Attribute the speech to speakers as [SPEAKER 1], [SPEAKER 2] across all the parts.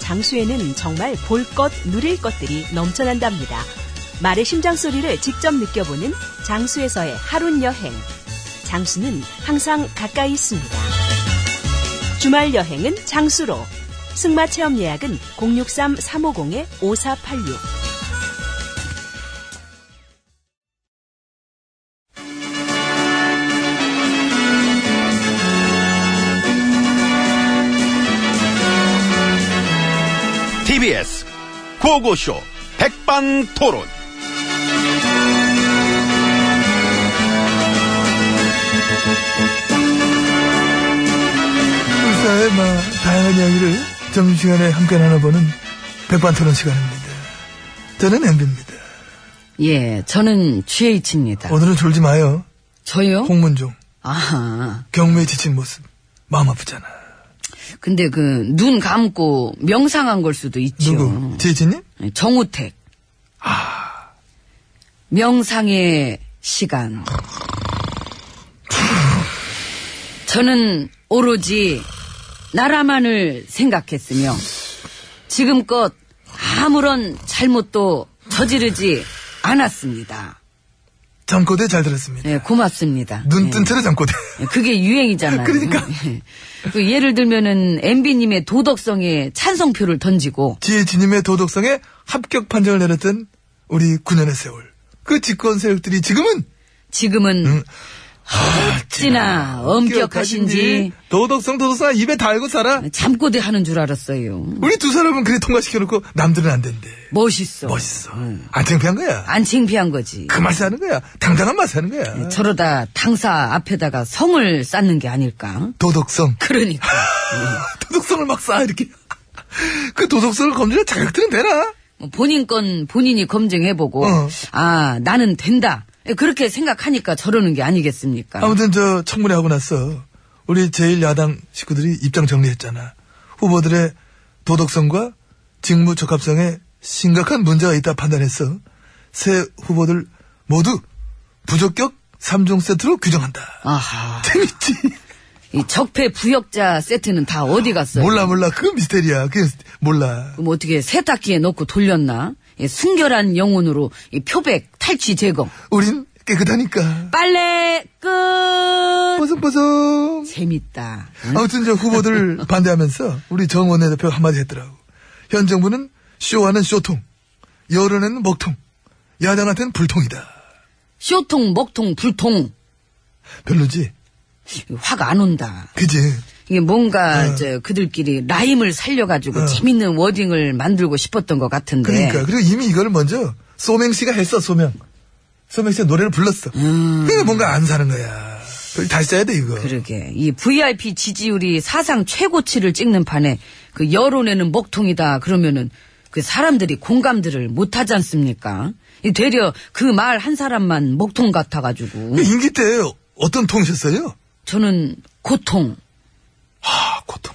[SPEAKER 1] 장수에는 정말 볼 것, 누릴 것들이 넘쳐난답니다. 말의 심장 소리를 직접 느껴보는 장수에서의 하룬 여행. 장수는 항상 가까이 있습니다. 주말 여행은 장수로. 승마 체험 예약은 063-350-5486.
[SPEAKER 2] TBS 고고쇼 백반토론.
[SPEAKER 3] 불사의 막 다양한 이야기를 점심시간에 함께 나눠보는 백반토론 시간입니다. 저는 엠비입니다.
[SPEAKER 4] 예, 저는
[SPEAKER 5] 어,
[SPEAKER 4] GH입니다.
[SPEAKER 3] 오늘은 졸지 마요.
[SPEAKER 4] 저요?
[SPEAKER 3] 홍문종
[SPEAKER 4] 아,
[SPEAKER 3] 경매에 지친 모습 마음 아프잖아.
[SPEAKER 4] 근데 그 눈 감고 명상한 걸 수도 있죠.
[SPEAKER 3] 누구? 지혜진님?
[SPEAKER 4] 예, 정우택.
[SPEAKER 3] 아.
[SPEAKER 4] 명상의 시간. 저는 오로지 나라만을 생각했으며 지금껏 아무런 잘못도 저지르지 않았습니다.
[SPEAKER 3] 잠꼬대 잘 들었습니다.
[SPEAKER 4] 예, 고맙습니다.
[SPEAKER 3] 눈
[SPEAKER 4] 예.
[SPEAKER 3] 뜬 채로 잠꼬대.
[SPEAKER 4] 그게 유행이잖아요.
[SPEAKER 3] 그러니까.
[SPEAKER 4] 예. 그 예를 들면은 MB님의 도덕성에 찬성표를 던지고
[SPEAKER 3] 지혜진님의 도덕성에 합격 판정을 내렸던 우리 9년의 세월. 그 집권 세력들이 지금은
[SPEAKER 4] 지금은
[SPEAKER 3] 음.
[SPEAKER 4] 어찌나 엄격하신지
[SPEAKER 3] 도덕성 도덕성 입에 달고 살아.
[SPEAKER 4] 잠꼬대 하는 줄 알았어요.
[SPEAKER 3] 우리 두 사람은 그래 통과시켜놓고 남들은 안 된대.
[SPEAKER 4] 멋있어.
[SPEAKER 3] 멋있어. 안 창피한 거야.
[SPEAKER 4] 안 창피한 거지.
[SPEAKER 3] 그 맛이 하는 거야. 당당한 맛이 하는 거야.
[SPEAKER 4] 저러다 당사 앞에다가 성을 쌓는 게 아닐까.
[SPEAKER 3] 도덕성.
[SPEAKER 4] 그러니까.
[SPEAKER 3] 도덕성을 막 쌓아, 이렇게. 그 도덕성을 검증할 자격증은 되나?
[SPEAKER 4] 뭐 본인 건 본인이 검증해보고
[SPEAKER 3] 어.
[SPEAKER 4] 아 나는 된다. 그렇게 생각하니까 저러는 게 아니겠습니까.
[SPEAKER 3] 아무튼 저 청문회 하고 나서 우리 제1야당 식구들이 입장 정리했잖아. 후보들의 도덕성과 직무 적합성에 심각한 문제가 있다 판단해서 새 후보들 모두 부적격 3종 세트로 규정한다.
[SPEAKER 4] 아하.
[SPEAKER 3] 재밌지?
[SPEAKER 4] 이 적폐 부역자 세트는 다 어디 갔어요?
[SPEAKER 3] 몰라, 몰라. 그 미스테리야. 그 몰라.
[SPEAKER 4] 그럼 어떻게 세탁기에 넣고 돌렸나? 예, 순결한 영혼으로 이 표백 탈취 제거.
[SPEAKER 3] 우린 깨끗하니까.
[SPEAKER 4] 빨래 끝.
[SPEAKER 3] 뽀송뽀송.
[SPEAKER 4] 재밌다.
[SPEAKER 3] 아무튼 저 후보들 반대하면서 우리 정 원내대표 한마디 했더라고. 현 정부는 쇼하는 쇼통, 여론에는 먹통, 야당한테는 불통이다.
[SPEAKER 4] 쇼통, 먹통, 불통.
[SPEAKER 3] 별로지?
[SPEAKER 4] 확 안 온다.
[SPEAKER 3] 그지?
[SPEAKER 4] 이게 뭔가
[SPEAKER 3] 네.
[SPEAKER 4] 저 그들끼리 라임을 살려가지고 재밌는 워딩을 만들고 싶었던 것 같은데.
[SPEAKER 3] 그러니까. 그리고 이미 이걸 먼저 소명 씨가 했어, 소명. 소명 씨가 노래를 불렀어. 그러니까 뭔가 안 사는 거야. 그걸 다시 써야 돼, 이거.
[SPEAKER 4] 음. 그러게. 이 VIP 지지율이 사상 최고치를 찍는 판에 그 여론에는 먹통이다 그러면은 그 사람들이 공감들을 못 하지 않습니까? 이 되려 그 말 한 사람만 먹통 같아가지고
[SPEAKER 3] 그 임기 때 어떤 통이셨어요?
[SPEAKER 4] 저는 고통.
[SPEAKER 3] 아, 고통.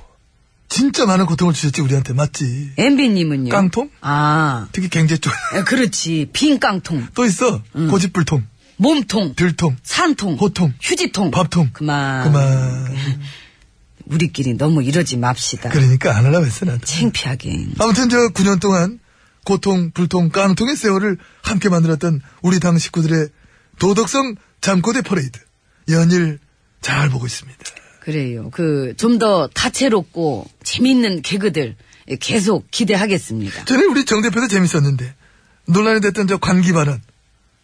[SPEAKER 3] 진짜 많은 고통을 주셨지, 우리한테. 맞지?
[SPEAKER 4] 엠비님은요?
[SPEAKER 3] 깡통?
[SPEAKER 4] 아,
[SPEAKER 3] 특히 경제 쪽.
[SPEAKER 4] 에, 그렇지. 빈깡통,
[SPEAKER 3] 또 있어.
[SPEAKER 4] 음.
[SPEAKER 3] 고집불통,
[SPEAKER 4] 몸통,
[SPEAKER 3] 들통,
[SPEAKER 4] 산통,
[SPEAKER 3] 호통,
[SPEAKER 4] 휴지통,
[SPEAKER 3] 밥통.
[SPEAKER 4] 그만.
[SPEAKER 3] 그만.
[SPEAKER 4] 우리끼리 너무 이러지 맙시다.
[SPEAKER 3] 그러니까 안 하려고 했어, 나도.
[SPEAKER 4] 창피하게.
[SPEAKER 3] 아무튼 저 9년 동안 고통, 불통, 깡통의 세월을 함께 만들었던 우리 당 식구들의 도덕성 잠꼬대 퍼레이드. 연일 잘 보고 있습니다.
[SPEAKER 4] 그래요. 그 좀 더 다채롭고 재미있는 개그들 계속 기대하겠습니다.
[SPEAKER 3] 전에 우리 정 대표도 재밌었는데 논란이 됐던 저 관기 발언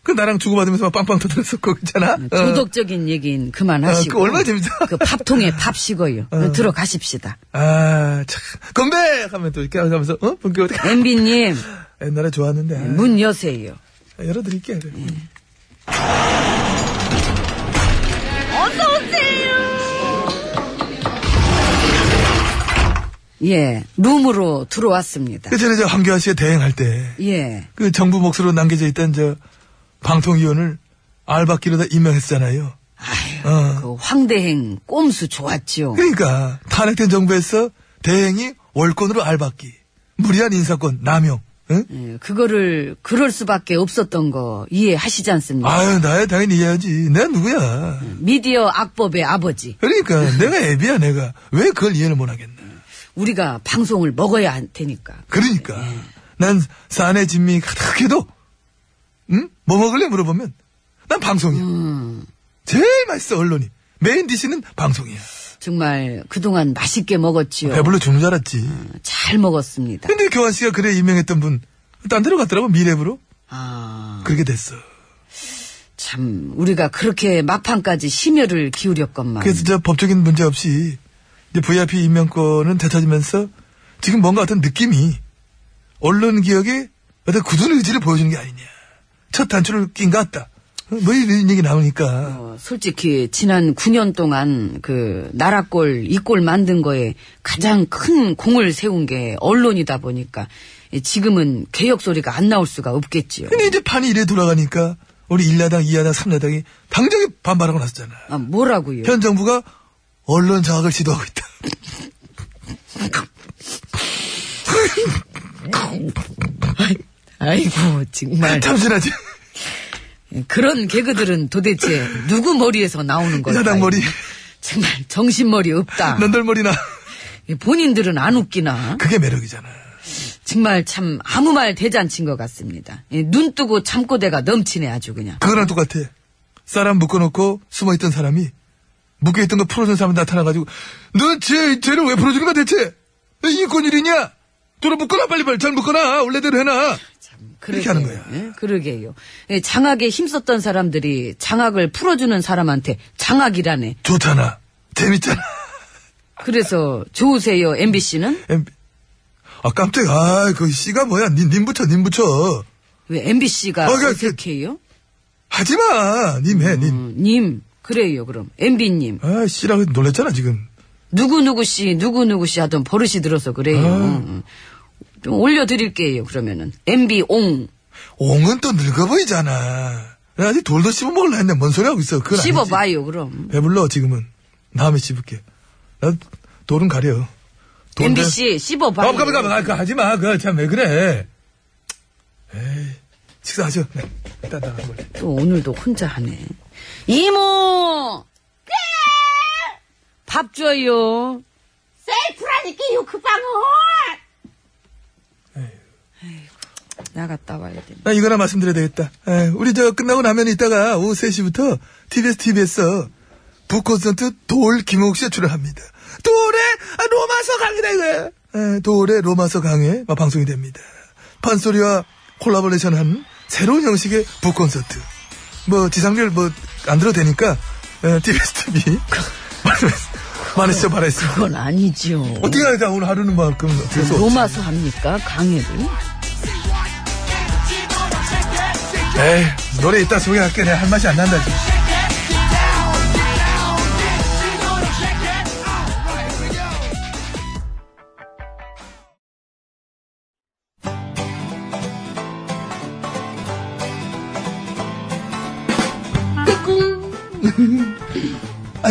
[SPEAKER 3] 그 나랑 주고받으면서 막 빵빵 터뜨렸었고 있잖아
[SPEAKER 4] 음, 도덕적인 얘기는 그만하시고.
[SPEAKER 3] 어, 그거 얼마나 재밌어.
[SPEAKER 4] 그 밥통에 밥 식어요.
[SPEAKER 3] 어.
[SPEAKER 4] 들어가십시다.
[SPEAKER 3] 아참 건배 하면 또 이렇게 하면서 어? 본격
[SPEAKER 4] 엠비님,
[SPEAKER 3] 옛날에 좋았는데 아이,
[SPEAKER 4] 문 여세요.
[SPEAKER 3] 열어드릴게 그래.
[SPEAKER 4] 음. 예, 룸으로 들어왔습니다.
[SPEAKER 3] 그 예전에 저 황교안 씨가 대행할 때 그
[SPEAKER 4] 예,
[SPEAKER 3] 정부 몫으로 남겨져 있던 저 방통위원을 알박기로다 임명했잖아요
[SPEAKER 4] 아휴,
[SPEAKER 3] 어.
[SPEAKER 4] 그 황대행 꼼수 좋았죠.
[SPEAKER 3] 그러니까 탄핵된 정부에서 대행이 월권으로 알박기 무리한 인사권 남용 응?
[SPEAKER 4] 예, 그거를 그럴 수밖에 없었던 거 이해하시지 않습니까?
[SPEAKER 3] 아유 나야 당연히 이해하지 내가 누구야
[SPEAKER 4] 미디어 악법의 아버지.
[SPEAKER 3] 그러니까 내가 애비야 내가 왜 그걸 이해를 못하겠나
[SPEAKER 4] 우리가 방송을 먹어야 할 테니까.
[SPEAKER 3] 그러니까 난 사내 진미 가득해도 응? 뭐 먹을래 물어보면 난 방송이야 제일 맛있어 언론이 메인 디시는 방송이야
[SPEAKER 4] 정말 그동안 맛있게 먹었지요.
[SPEAKER 3] 배불러 죽는 줄 알았지
[SPEAKER 4] 잘 먹었습니다.
[SPEAKER 3] 근데 교환 씨가 그래 임명했던 분 딴 데로 갔더라고 미래부로
[SPEAKER 4] 아,
[SPEAKER 3] 그렇게 됐어
[SPEAKER 4] 참, 우리가 그렇게 막판까지 심혈을 기울였건만.
[SPEAKER 3] 그래서 저 법적인 문제 없이 이제 VIP 임명권은 되찾으면서 지금 뭔가 어떤 느낌이 언론 기억에 어떤 굳은 의지를 보여주는 게 아니냐. 첫 단추를 낀 것 같다. 뭐 이런 얘기 나오니까.
[SPEAKER 4] 어, 솔직히 지난 9년 동안 그 나라꼴 이꼴 만든 거에 가장 큰 공을 세운 게 언론이다 보니까 지금은 개혁 소리가 안 나올 수가 없겠지요.
[SPEAKER 3] 근데 이제 판이 이래 돌아가니까 우리 1야당, 2야당, 3야당이 당장에 반발하고 나섰잖아.
[SPEAKER 4] 아, 뭐라고요?
[SPEAKER 3] 현 정부가 언론 장악을 시도하고 있다.
[SPEAKER 4] 아이고 정말
[SPEAKER 3] 참신하지?
[SPEAKER 4] 그런 개그들은 도대체 누구 머리에서 나오는 걸까?
[SPEAKER 3] 여당 머리.
[SPEAKER 4] 정말 정신머리 없다.
[SPEAKER 3] 넌덜머리나.
[SPEAKER 4] 본인들은 안 웃기나?
[SPEAKER 3] 그게 매력이잖아.
[SPEAKER 4] 정말 참 아무 말 대잔치인 것 같습니다. 예, 눈 뜨고 참고대가 넘치네 아주 그냥.
[SPEAKER 3] 그거랑 똑같아. 사람 묶어놓고 숨어있던 사람이 묶여있던 거 풀어준 사람이 나타나가지고 너쟤 쟤를 왜 풀어주는 거야 대체? 이건 일이냐? 돌아 묶어놔 빨리빨리 잘 묶어놔 원래대로 해놔.
[SPEAKER 4] 그러게요.
[SPEAKER 3] 이렇게 하는 거야.
[SPEAKER 4] 예, 그러게요. 예, 장악에 힘썼던 사람들이 장악을 풀어주는 사람한테 장악이라네.
[SPEAKER 3] 좋잖아. 재밌잖아.
[SPEAKER 4] 그래서 좋으세요 MBC는?
[SPEAKER 3] 엠- 아 깜짝이야. 아, 그 씨가 뭐야? 님, 님 붙여 님 붙여.
[SPEAKER 4] 왜 MBC가
[SPEAKER 3] 아, 그, 그,
[SPEAKER 4] 어색해요?
[SPEAKER 3] 하지마. 님 해. 님.
[SPEAKER 4] 음, 님 그래요 그럼 MB님
[SPEAKER 3] 아 씨라고 놀랬잖아 지금.
[SPEAKER 4] 누구누구 씨 누구누구 씨 하던 버릇이 들어서 그래요.
[SPEAKER 3] 아.
[SPEAKER 4] 음, 좀 올려드릴게요 그러면은 MB 옹
[SPEAKER 3] 옹은 또 늙어 보이잖아. 나 아직 돌도 씹어 먹을라 했는데 뭔 소리 하고 있어. 그건 아니지.
[SPEAKER 4] 씹어봐요 그럼.
[SPEAKER 3] 배불러 지금은 다음에 씹을게 나 돌은 가려 돌은
[SPEAKER 4] MBC 씹어봐요.
[SPEAKER 3] 가만 가만 가만 그 하지마 그 참 왜 그래 에이 식사하죠 네, 일단 나가 볼래
[SPEAKER 4] 또 오늘도 혼자 하네. 이모! 밥 줘요.
[SPEAKER 6] 셀프라니까요, 그 방어!
[SPEAKER 4] 나갔다 와야 돼.
[SPEAKER 3] 나 이거나 말씀드려야 되겠다 에이, 우리 저 끝나고 나면 이따가 오후 3시부터 TBS TV에서 북콘서트 돌 김홍욱 씨가 출연합니다 돌의 아, 로마서 강의다 이거야 에이, 돌의 로마서 강의 막 방송이 됩니다 판소리와 콜라보레이션한 새로운 형식의 북콘서트 뭐 지상률 뭐 안 들어도 되니까 에, TBS TV 많이 시청 바라겠습니다.
[SPEAKER 4] 그건 아니죠.
[SPEAKER 3] 어떻게 하자 오늘 하루는 만큼 어떻게 해서
[SPEAKER 4] 네, 로마서 합니까? 강의를?
[SPEAKER 3] 에이 노래 이따 소개할게 내가 할 맛이 안 난다 지금.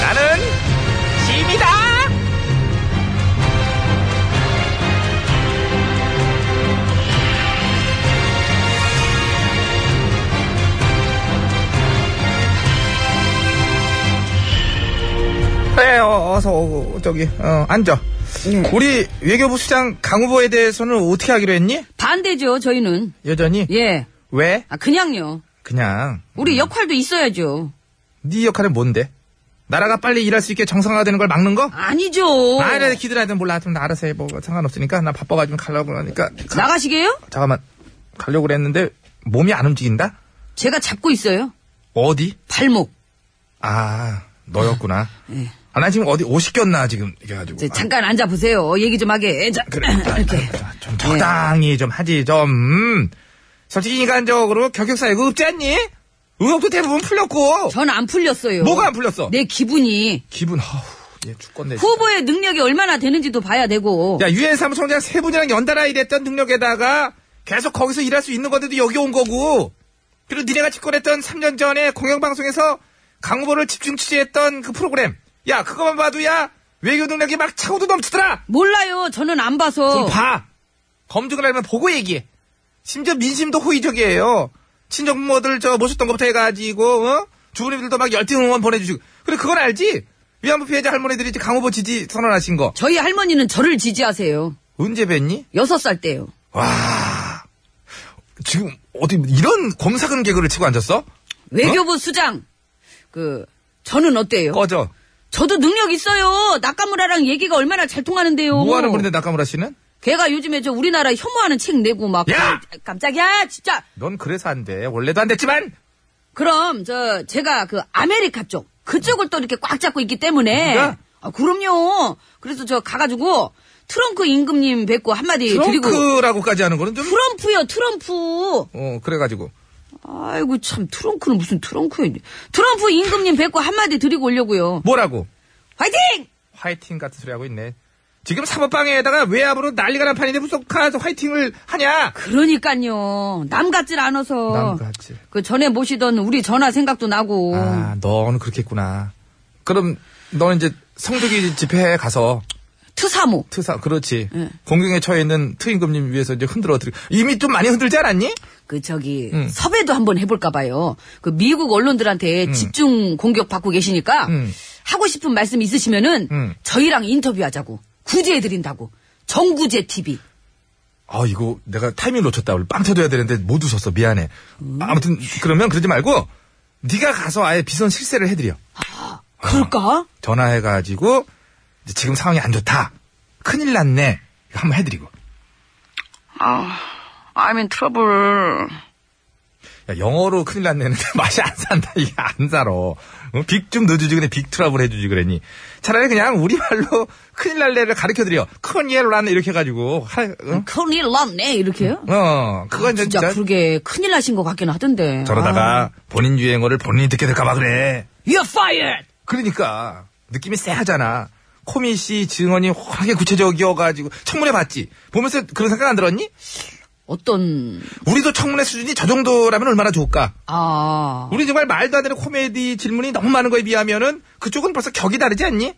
[SPEAKER 5] 나는 짐이다. 그래 어, 어서 오, 저기 어, 앉아. 우리 외교부 수장 강 후보에 대해서는 어떻게 하기로 했니?
[SPEAKER 4] 반대죠, 저희는.
[SPEAKER 5] 여전히
[SPEAKER 4] 예.
[SPEAKER 5] 왜?
[SPEAKER 4] 아, 그냥요.
[SPEAKER 5] 그냥
[SPEAKER 4] 우리 역할도 있어야죠.
[SPEAKER 5] 네 역할은 뭔데? 나라가 빨리 일할 수 있게 정상화되는 걸 막는 거?
[SPEAKER 4] 아니죠.
[SPEAKER 5] 아, 나 기드라든 몰라. 좀 알아서 해. 뭐 상관없으니까 나 바빠가지고 가려고 그러니까. 가-
[SPEAKER 4] 나가시게요?
[SPEAKER 5] 잠깐만. 가려고 그랬는데 몸이 안 움직인다?
[SPEAKER 4] 제가 잡고 있어요.
[SPEAKER 5] 어디?
[SPEAKER 4] 발목.
[SPEAKER 5] 아, 너였구나. 아, 나 지금 어디 옷이 꼈나 지금 이래 가지고.
[SPEAKER 4] 예.
[SPEAKER 5] 아,
[SPEAKER 4] 이제 잠깐 앉아보세요. 얘기 좀 하게. 자,
[SPEAKER 5] 그래. 아,
[SPEAKER 4] 이렇게.
[SPEAKER 5] 아, 좀 적당히 좀 하지 좀. 음. 솔직히 인간적으로 결격사 이거 없지 않니? 의혹도 대부분 풀렸고.
[SPEAKER 4] 전 안 풀렸어요.
[SPEAKER 5] 뭐가 안 풀렸어?
[SPEAKER 4] 내 기분이
[SPEAKER 5] 기분 아우, 얘 죽겠네. 진짜.
[SPEAKER 4] 네. 후보의 능력이 얼마나 되는지도 봐야 되고
[SPEAKER 5] 야, 유엔 사무총장 세 분이랑 연달아 일했던 능력에다가 계속 거기서 일할 수 있는 건데도 여기 온 거고. 그리고 니네가 집권했던 3년 전에 공영방송에서 강 후보를 집중 취재했던 그 프로그램. 야, 그것만 봐도 야, 외교 능력이 막 차고도 넘치더라!
[SPEAKER 4] 몰라요. 저는 안 봐서
[SPEAKER 5] 그럼 봐! 검증을 하면 보고 얘기해. 심지어 민심도 호의적이에요. 친정 부모들 저 모셨던 것부터 해가지고, 어? 주부님들도 막 열띤 응원 보내주시고. 그래, 그건 알지? 위안부 피해자 할머니들이 이제 강 후보 지지 선언하신 거.
[SPEAKER 4] 저희 할머니는 저를 지지하세요.
[SPEAKER 5] 언제 뵀니?
[SPEAKER 4] 여섯 살 때요.
[SPEAKER 5] 지금 어디 이런 검사근 개그를 치고 앉았어?
[SPEAKER 4] 외교부 수장 그 저는 어때요?
[SPEAKER 5] 꺼져.
[SPEAKER 4] 저도 능력 있어요. 나카무라랑 얘기가 얼마나 잘 통하는데요.
[SPEAKER 5] 뭐하는 분인데 나카무라 씨는?
[SPEAKER 4] 걔가 요즘에 저 우리나라 혐오하는 책 내고 막
[SPEAKER 5] 야!
[SPEAKER 4] 아, 깜짝이야 진짜.
[SPEAKER 5] 넌 그래서 안 돼. 원래도 안 됐지만
[SPEAKER 4] 그럼 저 제가 그 아메리카 쪽 그쪽을 또 이렇게 꽉 잡고 있기 때문에
[SPEAKER 5] 네가?
[SPEAKER 4] 아, 그럼요. 그래서 저 가가지고 트럼프 임금님 뵙고 한마디 드리고
[SPEAKER 5] 트렁크라고까지 하는 거는 좀.
[SPEAKER 4] 트럼프요 트럼프.
[SPEAKER 5] 어 그래가지고
[SPEAKER 4] 아이고 참 트렁크는 무슨 트렁크야 이제. 트럼프 임금님 뵙고 한마디 드리고 오려고요.
[SPEAKER 5] 뭐라고?
[SPEAKER 4] 화이팅!
[SPEAKER 5] 화이팅 같은 소리 하고 있네. 지금 사법방해에다가 외압으로 난리가 난 판인데 무슨 가서 화이팅을 하냐?
[SPEAKER 4] 그 그러니까요. 남 같질 않아서.
[SPEAKER 5] 남 같지.
[SPEAKER 4] 그 전에 모시던 우리 전화 생각도 나고.
[SPEAKER 5] 아, 너는 그렇게 했구나. 그럼 너는 이제 성주기 집회에 가서
[SPEAKER 4] 트사모.
[SPEAKER 5] 트사 그렇지
[SPEAKER 4] 예.
[SPEAKER 5] 공경에 처해 있는 트임금님 위해서 이제 흔들어 드리고 이미 좀 많이 흔들지 않았니?
[SPEAKER 4] 그 저기
[SPEAKER 5] 음.
[SPEAKER 4] 섭외도 한번 해볼까 봐요. 그 미국
[SPEAKER 7] 음.
[SPEAKER 4] 언론들한테 집중 공격 받고 계시니까
[SPEAKER 5] 음.
[SPEAKER 4] 하고 싶은 말씀 있으시면은
[SPEAKER 5] 음.
[SPEAKER 4] 저희랑 인터뷰하자고 구제해드린다고 정구제 TV.
[SPEAKER 7] 아, 이거 내가 타이밍 놓쳤다. 원래 빵 터져야 되는데 못 웃었어. 미안해. 아무튼 그러면 그러지 말고 네가 가서 아예 비선 실세를 해드려. 아.
[SPEAKER 4] 그럴까?
[SPEAKER 7] 전화해가지고 이제 지금 상황이 안 좋다. 큰일 났네. 이거 한번 해드리고.
[SPEAKER 4] 아, I'm in trouble.
[SPEAKER 7] 야, 영어로 큰일 났네는데 맛이 안 산다. 이게 안 살아. 빅 좀 넣어주지 그래. 빅 트러블 해주지 그러니. 차라리 그냥 우리말로 큰일 날래를 가르쳐드려. 큰일 났네 이렇게 해가지고. 하, 응?
[SPEAKER 4] 큰일 났네 이렇게요?
[SPEAKER 7] 어, 그건 이제
[SPEAKER 4] 아, 진짜 그러게 큰일 나신 것 같긴 하던데. 아.
[SPEAKER 7] 저러다가 본인 유행어를 본인이 듣게 될까봐 그래.
[SPEAKER 4] You're fired!
[SPEAKER 7] 그러니까 느낌이 쎄하잖아. 코미 씨 증언이 워낙에 구체적이어가지고 청문회 봤지. 보면서 그런 생각 안 들었니?
[SPEAKER 4] 어떤,
[SPEAKER 7] 우리도 청문회 수준이 저 정도라면 얼마나 좋을까?
[SPEAKER 4] 아,
[SPEAKER 7] 우리 정말 말도 안 되는 코미디 질문이 너무 많은 거에 비하면은 그쪽은 벌써 격이 다르지 않니?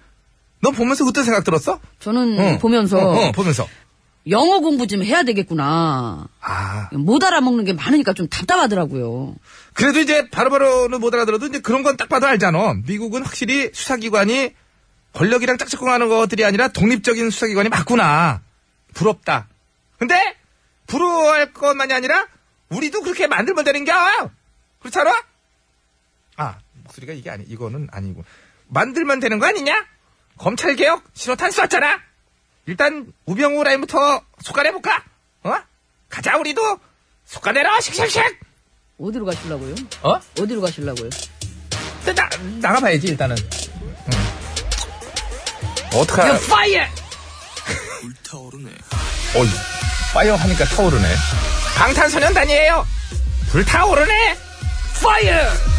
[SPEAKER 7] 넌 보면서 어떤 생각 들었어?
[SPEAKER 4] 저는
[SPEAKER 7] 응.
[SPEAKER 4] 음, 보면서
[SPEAKER 7] 어, 어, 보면서
[SPEAKER 4] 영어 공부 좀 해야 되겠구나.
[SPEAKER 7] 아
[SPEAKER 4] 못 알아먹는 게 많으니까 좀 답답하더라고요.
[SPEAKER 7] 그래도 이제 바로바로는 못 알아들어도 이제 그런 건 딱 봐도 알잖아. 미국은 확실히 수사기관이 권력이랑 짝짝꿍하는 것들이 아니라 독립적인 수사기관이 맞구나. 부럽다. 근데 부러워할 것만이 아니라 우리도 그렇게 만들면 되는 게 그렇지 않아? 아 목소리가 이게 아니 이거는 아니고 만들면 되는 거 아니냐? 검찰 개혁 신호탄 쐈잖아. 일단 우병우 라인부터 속간해 볼까? 어? 가자 우리도 속간해라 씩씩씩.
[SPEAKER 4] 어디로 가시려고요?
[SPEAKER 7] 어?
[SPEAKER 4] 어디로 가시려고요?
[SPEAKER 5] 나, 나가봐야지, 일단은.
[SPEAKER 7] 어떡하,
[SPEAKER 4] 야, 파이어!
[SPEAKER 7] 어이, 파이어 하니까 타오르네.
[SPEAKER 5] 방탄소년단이에요! 불타오르네! 파이어!